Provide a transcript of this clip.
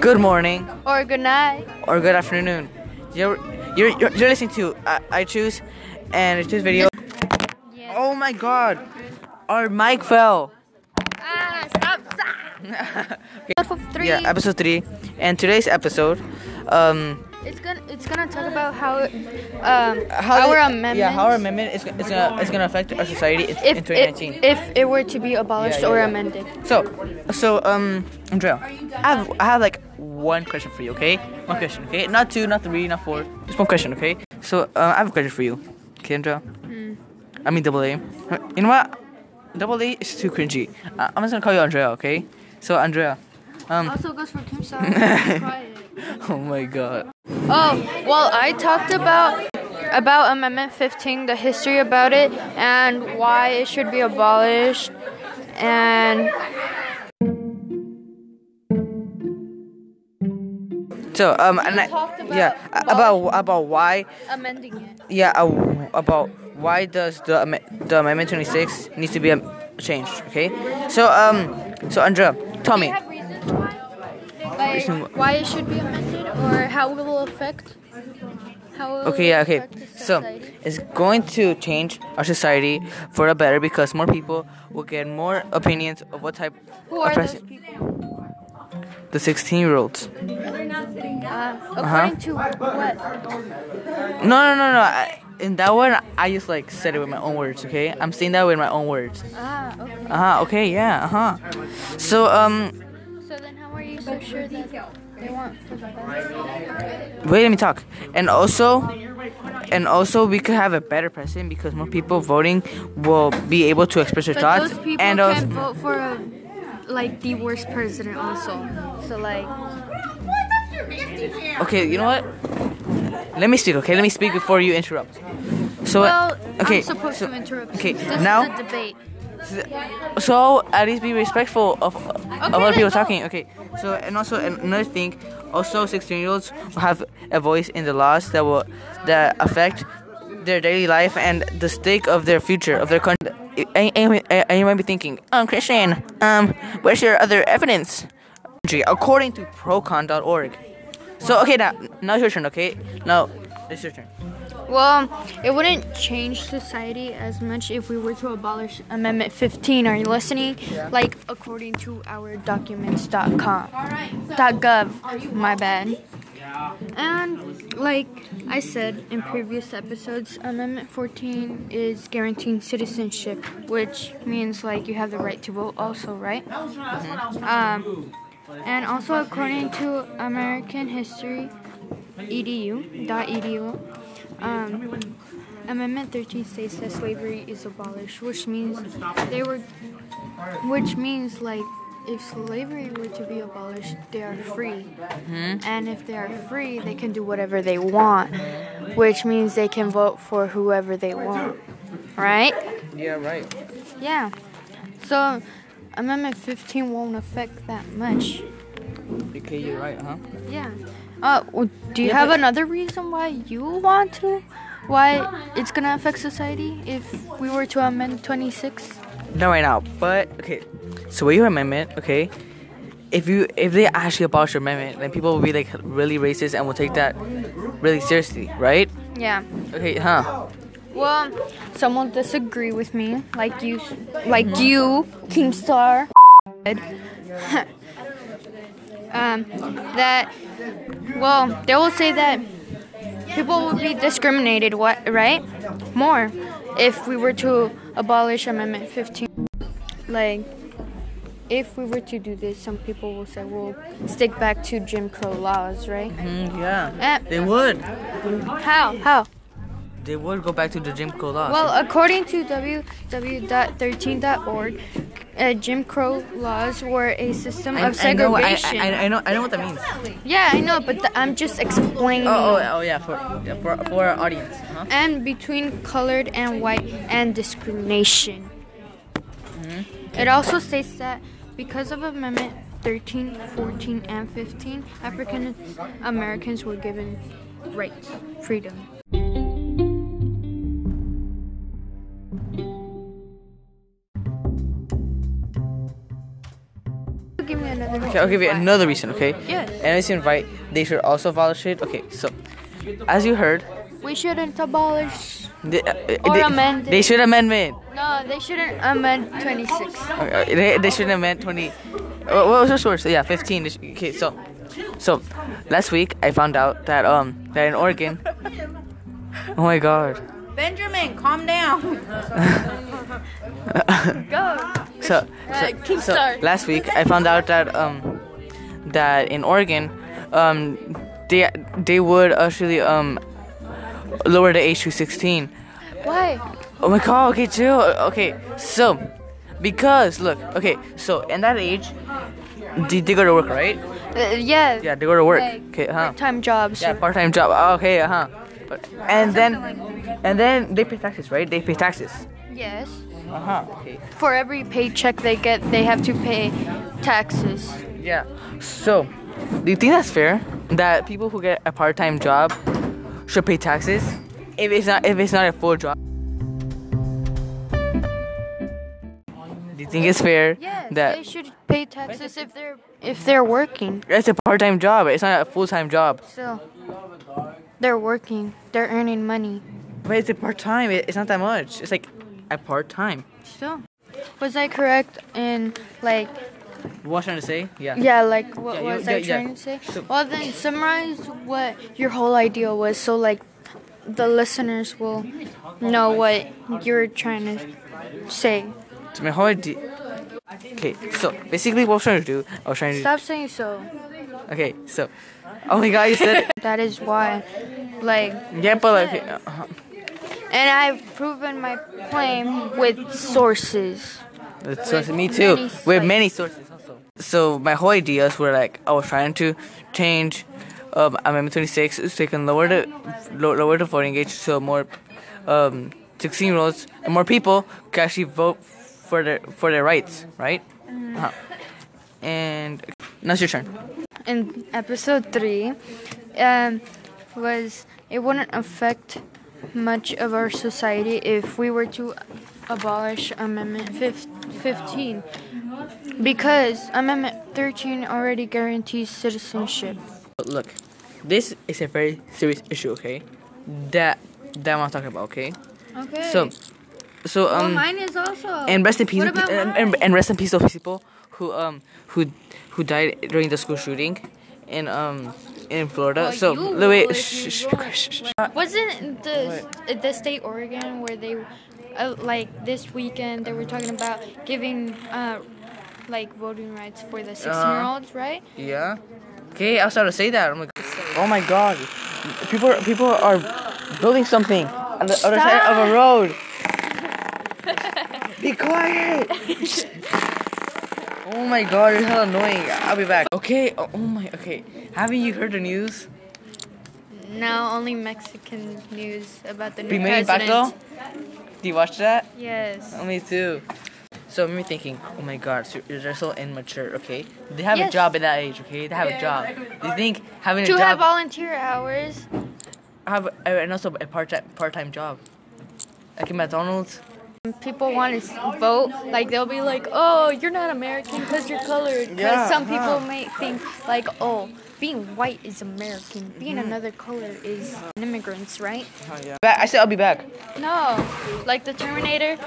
Good morning Or good night. or good afternoon. You're you're, you're, you're listening to I, I choose, and it's this video. Oh my God, our mic fell. Ah, stop, stop. For three. Yeah, episode three, and today's episode, um, it's gonna it's gonna talk about how um how our the- amendment. Yeah, how our amendment is, is gonna is gonna affect our society in, if in it, 2019. if it were to be abolished yeah, or yeah. amended. so, so um, Andrea, I have I have like one question for you, okay? One question, okay? Not two, not three, not four. Just one question, okay? So uh, I have a question for you, okay, Andrea? Hmm. I mean double A. You know what? Double A is too cringy. Uh, I'm just gonna call you Andrea, okay? So Andrea, um, Also goes for Kim Song. oh my god. oh well, I talked about about Amendment 15, the history about it, and why it should be abolished, and So um, and I, talked about yeah, a- about about why amending it. Yeah, uh, w- about why does the am- the amendment 26 needs to be um, changed? Okay, so um, so Andrea, tell Do me. you have reasons why? Like, Reason wh- why it should be amended or how it will affect? How will Okay, yeah, it okay. affect the So society? it's going to change our society for the better because more people will get more opinions of what type who of are those person people? the 16 year olds. Uh-huh. Uh, according to what? No, no, no, no. I, in that one, I just like said it with my own words. Okay, I'm saying that with my own words. Ah, okay. Uh huh. Okay. Yeah. Uh huh. So um, So then, how are you so sure that they want for the best? Wait, let me talk. And also, and also, we could have a better president because more people voting will be able to express their But thoughts. those people and can also, vote for a, like the worst president also. So like okay, you know what? Let me speak. Okay, let me speak before you interrupt. So, well, okay, I'm supposed so, to interrupt. okay, since this now- is a debate. so at least be respectful of of other then people go. talking. Okay. So and also an- another thing, also 16-year-olds will have a voice in the laws that will that affect their daily life and the stake of their future of their country. And, and- and you might be thinking, um, Christian, um, where's your other evidence? According to procon.org. So okay, now now it's your turn. Okay, now it's your turn. Well, um, it wouldn't change society as much if we were to abolish Amendment 15. Are you listening? Like according to our documents.com. Dot .gov. My bad. And like I said in previous episodes, Amendment 14 is guaranteeing citizenship, which means like you have the right to vote also, right? Um, and also according to American History edu dot E edu um, amendment 13 states that slavery is abolished which means they were which means like if slavery were to be abolished they are free and if they are free they can do whatever they want which means they can vote for whoever they want right Yeah, right. yeah so amendment 15 won't affect that much Okay, you're right, uh-huh. huh? yeah. Uh, w- do you Yeah, have but- another reason why you want to? Why it's gonna affect society if we were to amend 26? Not right now, but okay. So with your amendment, okay, if you if they actually abolish your amendment, then people will be like really racist and will take that really seriously, right? Yeah. Okay, huh? Well, some will disagree with me, like you, like you, Keemstar. um, that. Well, they will say that people will be discriminated. What right? More, if we were to abolish Amendment 15. Like, if we were to do this, some people will say we'll stick back to Jim Crow laws, right? Mm, yeah. Eh, They would. how? How? They would go back to the Jim Crow laws. Well, according to www.13.org, uh, Jim Crow laws were a system I, of I know. I, segregation. I, I know. I know what that means. yeah, I know, but th- I'm just explaining. Oh, oh, oh yeah. For yeah, for for our audience, huh? And between colored and white and discrimination. Mm-hmm. It also states that because of Amendment 13, 14, and 15, African Americans were given rights, freedom. Give me another. Okay, I'll give you another reason, okay? Yeah. And as you invite, they should also abolish it. Okay, so as you heard, We shouldn't abolish. they, uh, Or they, amend it. they should amend it. No, they shouldn't amend 26. Okay, uh, they, they should amend 20. What what was your source? Yeah, 15. They sh- Okay, so so last week I found out that um that in Oregon. Oh my God. Benjamin, calm down. Go. So, Right, so, so kickstart. last week I found out that um that in Oregon um they they would actually um lower the age to 16. Why? Oh my god, okay, chill. uh, Okay, so, because, look, okay, so, in that age, they, they go to work, right? Uh, yeah. Yeah, they go to work. Like, Okay, huh? Time jobs. Yeah, part time job. Okay, uh huh. But, and then, and then they pay taxes, right? They pay taxes. Yes. Uh Uh-huh. huh. Okay. For every paycheck they get, they have to pay taxes. Yeah. So, do you think that's fair that people who get a part time job should pay taxes if it's not if it's not a full job? Do you think it's fair Yes, that they should pay taxes if they're if they're working. It's a part-time job. It's not a full-time job. Still, they're working. They're earning money. But it's a part-time. It- It's not that much. It's like a part-time. Still, was I correct in like What was I trying to say? Yeah. yeah like what Yeah, you- was yeah, I yeah. trying to say? So- Well, then summarize what your whole idea was, so like the listeners will know what you're trying to say. So my whole idea. Okay. So basically, what I was trying to do, I was trying to. Stop saying so. Okay. So. Oh my God! You said. That is why, like. yeah, but like. okay, uh-huh. And I've proven my claim with sources. It's so- me too. many With many sources also. So my whole ideas were like I was trying to change um, Amendment 26 so they can lower the lo- lower the voting age so more um, 16 year olds and more people can actually vote for their for their rights, right? Uh-huh. And now it's your turn. In episode three, um, was it wouldn't affect much of our society if we were to abolish Amendment fif- 15 because Amendment 13 already guarantees citizenship. But look, this is a very serious issue, okay? That that I want to talk about, okay? Okay. Oh, So, so um. is also. and rest in peace What about and, and, and rest in peace those people who um who who died during the school shooting in um in Florida. Well, so you li- wait, will if shh, you shh, join. shh, shh, shh. Wasn't the the state Oregon where they, uh, like this weekend they were talking about giving, uh, like voting rights for Uh-huh. the sixteen-year-olds, right? yeah. Okay, I was about to say that. I'm like, oh my god, people people are building something on the other side of a road. Be quiet. oh my god, it's hella annoying. I'll be back. Okay. Oh, oh my. Okay. Haven't you heard the news? Now only Mexican news about the new Be made back president. though. Do you watch that? Yes. Oh, me too. So me thinking, oh my god, so they're so immature. Okay, they have Yes. a job at that age. Okay, they have a job. Do you think having a To job, have volunteer hours. have, and also a part time part time job, like in McDonald's? People want to vote, like they'll be like, "Oh, you're not American because you're colored." Because Yeah, some huh. people may think like, "Oh, being white is American, being Mm-hmm. another color is immigrants, right?" Back, I said I'll be back. No, like the Terminator.